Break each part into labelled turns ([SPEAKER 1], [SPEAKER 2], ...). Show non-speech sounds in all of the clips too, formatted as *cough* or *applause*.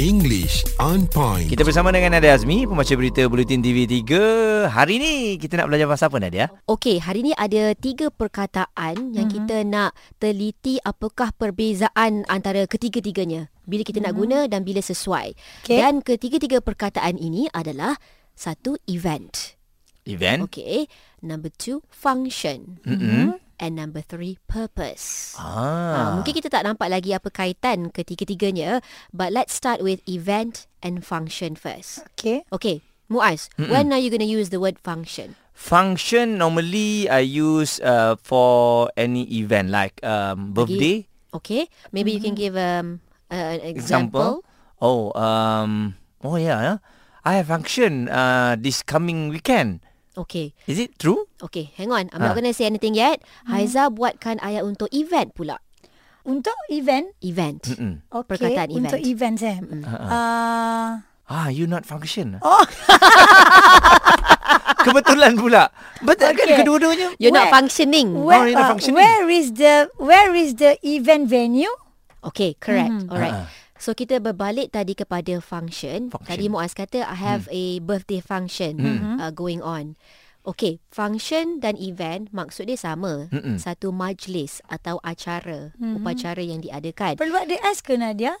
[SPEAKER 1] English on point.
[SPEAKER 2] Kita bersama dengan Nadia Azmi, pembaca berita Bulletin TV3. Hari ni kita nak belajar pasal apa Nadia?
[SPEAKER 3] Okey, hari ni ada tiga perkataan yang mm-hmm. kita nak teliti apakah perbezaan antara ketiga-tiganya. Bila kita mm-hmm. nak guna dan bila sesuai.
[SPEAKER 4] Okey.
[SPEAKER 3] Dan ketiga-tiga perkataan ini adalah satu event.
[SPEAKER 2] Event?
[SPEAKER 3] Okey, number two function
[SPEAKER 2] Mm-mm.
[SPEAKER 3] and number three purpose.
[SPEAKER 2] Ah.
[SPEAKER 3] Ah. mungkin kita tak nampak lagi apa kaitan ketiga-tiganya but let's start with event and function first.
[SPEAKER 4] Okay.
[SPEAKER 3] Okay, Muaz, Mm-mm. when are you going to use the word function?
[SPEAKER 2] Function normally I use uh, for any event like um, birthday.
[SPEAKER 3] Okay, maybe you can give um, uh, an
[SPEAKER 2] Example.
[SPEAKER 3] example.
[SPEAKER 2] Oh, um, oh yeah. yeah. I have function uh, this coming weekend.
[SPEAKER 3] Okay,
[SPEAKER 2] Is it true?
[SPEAKER 3] okay, hang on. I'm
[SPEAKER 2] Ah.
[SPEAKER 3] not going to say anything yet. Haiza buatkan ayat untuk event pula.
[SPEAKER 4] Untuk event,
[SPEAKER 3] Event.
[SPEAKER 2] Mm-mm.
[SPEAKER 4] okay.
[SPEAKER 3] Perkataan
[SPEAKER 4] Untuk
[SPEAKER 3] event.
[SPEAKER 4] event, eh. Sam. Uh,
[SPEAKER 2] Ah, you not
[SPEAKER 3] *laughs*
[SPEAKER 2] function. Oh. Kebetulan pula. Betul okay. kan
[SPEAKER 4] Okay.
[SPEAKER 2] kedua-duanya?
[SPEAKER 3] You're not
[SPEAKER 4] Where?
[SPEAKER 3] functioning.
[SPEAKER 4] where,
[SPEAKER 2] you're not
[SPEAKER 4] uh,
[SPEAKER 2] functioning.
[SPEAKER 4] where is the where is the event venue?
[SPEAKER 3] Okay, correct. Mm-hmm. Alright.
[SPEAKER 2] Ha-ha.
[SPEAKER 3] So kita berbalik tadi kepada function.
[SPEAKER 2] Ah, Function. Hmm.
[SPEAKER 3] Tadi Muaz kata I have mm. a birthday function mm-hmm. uh, going on. Okay, function dan event maksud dia sama.
[SPEAKER 2] Mm-mm.
[SPEAKER 3] Satu majlis atau acara, mm-hmm. upacara yang diadakan.
[SPEAKER 4] Perlu ada S ke Nadia?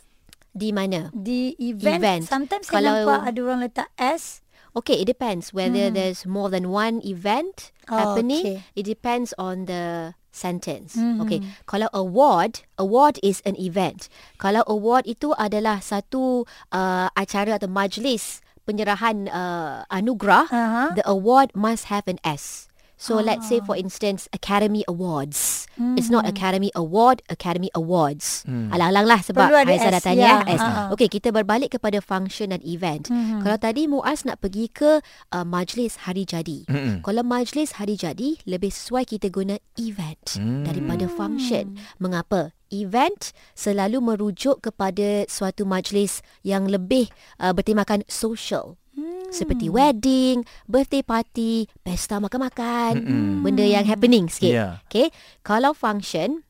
[SPEAKER 3] Di mana?
[SPEAKER 4] Di event,
[SPEAKER 3] Event.
[SPEAKER 4] sometimes
[SPEAKER 3] Kalau-
[SPEAKER 4] saya nampak ada orang letak S.
[SPEAKER 3] Okay, it depends whether mm. there's more than one event
[SPEAKER 4] Hmm. Oh,
[SPEAKER 3] happening.
[SPEAKER 4] okay. Hmm,
[SPEAKER 3] It depends on the sentence. Mm-hmm. Okay, kalau award, award is an event. Kalau award itu adalah satu uh, acara atau majlis penyerahan uh, anugerah,
[SPEAKER 4] Aha.
[SPEAKER 3] the award must have an S. So
[SPEAKER 4] Ah.
[SPEAKER 3] let's say for instance Academy Awards. It's
[SPEAKER 4] Hmm.
[SPEAKER 3] not Academy Award, Academy Awards. Alang-alang lah sebab
[SPEAKER 4] Perlu ada
[SPEAKER 3] Aiza dah
[SPEAKER 4] S,
[SPEAKER 3] tanya
[SPEAKER 4] ya.
[SPEAKER 3] S.
[SPEAKER 4] Ah.
[SPEAKER 3] Okey, kita berbalik kepada function dan event.
[SPEAKER 4] Hmm.
[SPEAKER 3] Mm-hmm. Kalau tadi Muaz nak pergi ke uh, majlis hari jadi. Mm-hmm. Kalau majlis hari jadi, lebih sesuai kita guna event mm. daripada function. Mengapa? Event selalu merujuk kepada suatu majlis yang lebih uh, bertemakan social. Seperti
[SPEAKER 2] Hmm.
[SPEAKER 3] wedding, birthday party, pesta makan-makan,
[SPEAKER 2] Hmm.
[SPEAKER 3] mm benda yang happening sikit.
[SPEAKER 2] Yeah.
[SPEAKER 3] Okay, kalau function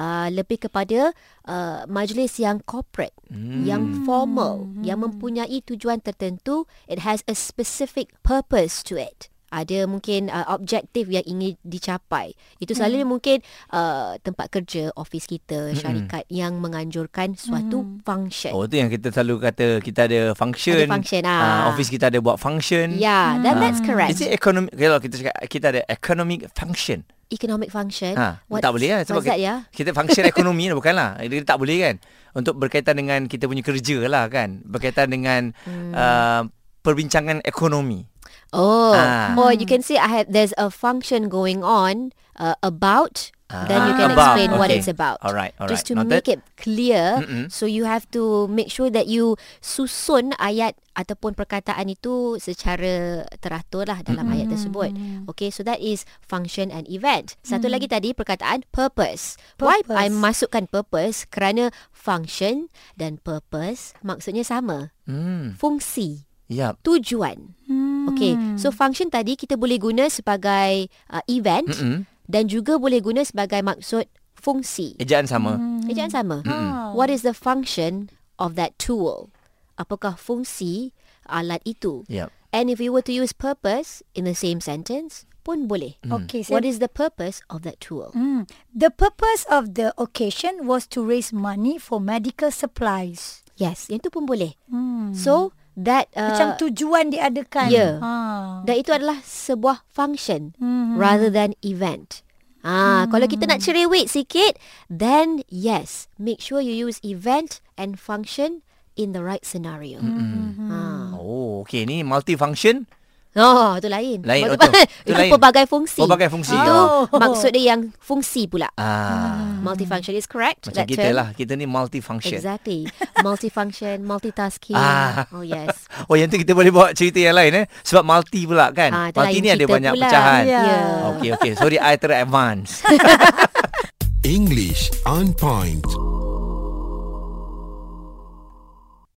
[SPEAKER 3] uh, lebih kepada uh, majlis yang corporate, mm.
[SPEAKER 2] Hmm.
[SPEAKER 3] yang formal, mm. yang mempunyai tujuan tertentu, it has a specific purpose to it. Ada mungkin uh, objektif yang ingin dicapai. Itu selalunya
[SPEAKER 2] Hmm.
[SPEAKER 3] mungkin uh, tempat kerja, office kita, syarikat yang menganjurkan suatu function.
[SPEAKER 2] Oh, tu yang kita selalu kata kita ada function.
[SPEAKER 3] Ada function, ah. Ya,
[SPEAKER 2] ah. office kita ada buat function.
[SPEAKER 3] Yeah, then that's
[SPEAKER 2] Ah.
[SPEAKER 3] correct.
[SPEAKER 2] Is it economic? Kalau kita cakap kita ada economic function.
[SPEAKER 3] Economic function.
[SPEAKER 2] Ha, tak boleh kan?
[SPEAKER 3] What's
[SPEAKER 2] kita,
[SPEAKER 3] that ya?
[SPEAKER 2] kita function ekonomi ni bukanlah. Dia tak boleh kan? Untuk berkaitan dengan kita punya kerja lah kan? Berkaitan dengan hmm. uh, perbincangan ekonomi.
[SPEAKER 3] Oh,
[SPEAKER 2] Ah.
[SPEAKER 3] or you can say I have there's a function going on uh, about. Then you
[SPEAKER 2] Ah,
[SPEAKER 3] can
[SPEAKER 2] about,
[SPEAKER 3] explain what
[SPEAKER 2] okay.
[SPEAKER 3] it's about.
[SPEAKER 2] Alright, alright,
[SPEAKER 3] Just to
[SPEAKER 2] noted.
[SPEAKER 3] make it clear,
[SPEAKER 2] Mm-mm.
[SPEAKER 3] so you have to make sure that you susun ayat ataupun perkataan itu secara teratur lah dalam ayat tersebut. Okay, so that is function and event. Satu lagi tadi perkataan purpose. Why
[SPEAKER 4] Purpose.
[SPEAKER 3] I masukkan purpose? Kerana function dan purpose maksudnya sama.
[SPEAKER 2] Hmm.
[SPEAKER 3] Fungsi
[SPEAKER 2] Yap.
[SPEAKER 3] tujuan. Hmm. Okey, so function tadi kita boleh guna sebagai uh, event
[SPEAKER 2] Mm-mm.
[SPEAKER 3] dan juga boleh guna sebagai maksud fungsi.
[SPEAKER 2] Ejaan sama.
[SPEAKER 3] Ejaan sama.
[SPEAKER 4] Mm-mm.
[SPEAKER 3] What is the function of that tool? Apakah fungsi alat itu?
[SPEAKER 2] Yap.
[SPEAKER 3] And if you were to use purpose in the same sentence pun boleh.
[SPEAKER 4] Okay,
[SPEAKER 3] What
[SPEAKER 4] Sam.
[SPEAKER 3] is the purpose of that tool?
[SPEAKER 4] Hmm. The purpose of the occasion was to raise money for medical supplies.
[SPEAKER 3] Yes, yang itu pun boleh. Hmm. So that uh,
[SPEAKER 4] Macam tujuan diadakan.
[SPEAKER 3] ya.
[SPEAKER 4] Ha.
[SPEAKER 3] Dan itu adalah sebuah function mm-hmm. rather than event. Ah, mm-hmm. kalau kita nak cerewet sikit, then yes, make sure you use event and function in the right scenario. Mm-hmm. Ah.
[SPEAKER 2] Oh, okey ni multifunction.
[SPEAKER 3] Oh, itu lain.
[SPEAKER 2] Lain, oh,
[SPEAKER 3] Maksud- *laughs*
[SPEAKER 2] tu. Itu
[SPEAKER 3] itu
[SPEAKER 2] lain.
[SPEAKER 3] pelbagai fungsi.
[SPEAKER 2] Pelbagai fungsi.
[SPEAKER 3] Itu
[SPEAKER 2] *laughs*
[SPEAKER 4] Oh.
[SPEAKER 3] maksud dia yang fungsi pula. Mm-hmm.
[SPEAKER 2] Ah.
[SPEAKER 3] Multifunction is correct.
[SPEAKER 2] Macam
[SPEAKER 3] that
[SPEAKER 2] kita
[SPEAKER 3] term.
[SPEAKER 2] lah. Kita ni multifunction. *laughs*
[SPEAKER 3] Exactly. Multifunction, multitasking.
[SPEAKER 2] Ah.
[SPEAKER 3] Oh yes.
[SPEAKER 2] Oh yang tu kita boleh bawa cerita yang lain eh Sebab multi pula kan
[SPEAKER 3] Ah, itu
[SPEAKER 2] Multi
[SPEAKER 3] lain
[SPEAKER 2] ni ada
[SPEAKER 3] cerita
[SPEAKER 2] banyak
[SPEAKER 3] pula.
[SPEAKER 2] pecahan
[SPEAKER 4] Ya.
[SPEAKER 3] Ya.
[SPEAKER 2] Okay okay Sorry I ter advance
[SPEAKER 1] English on point.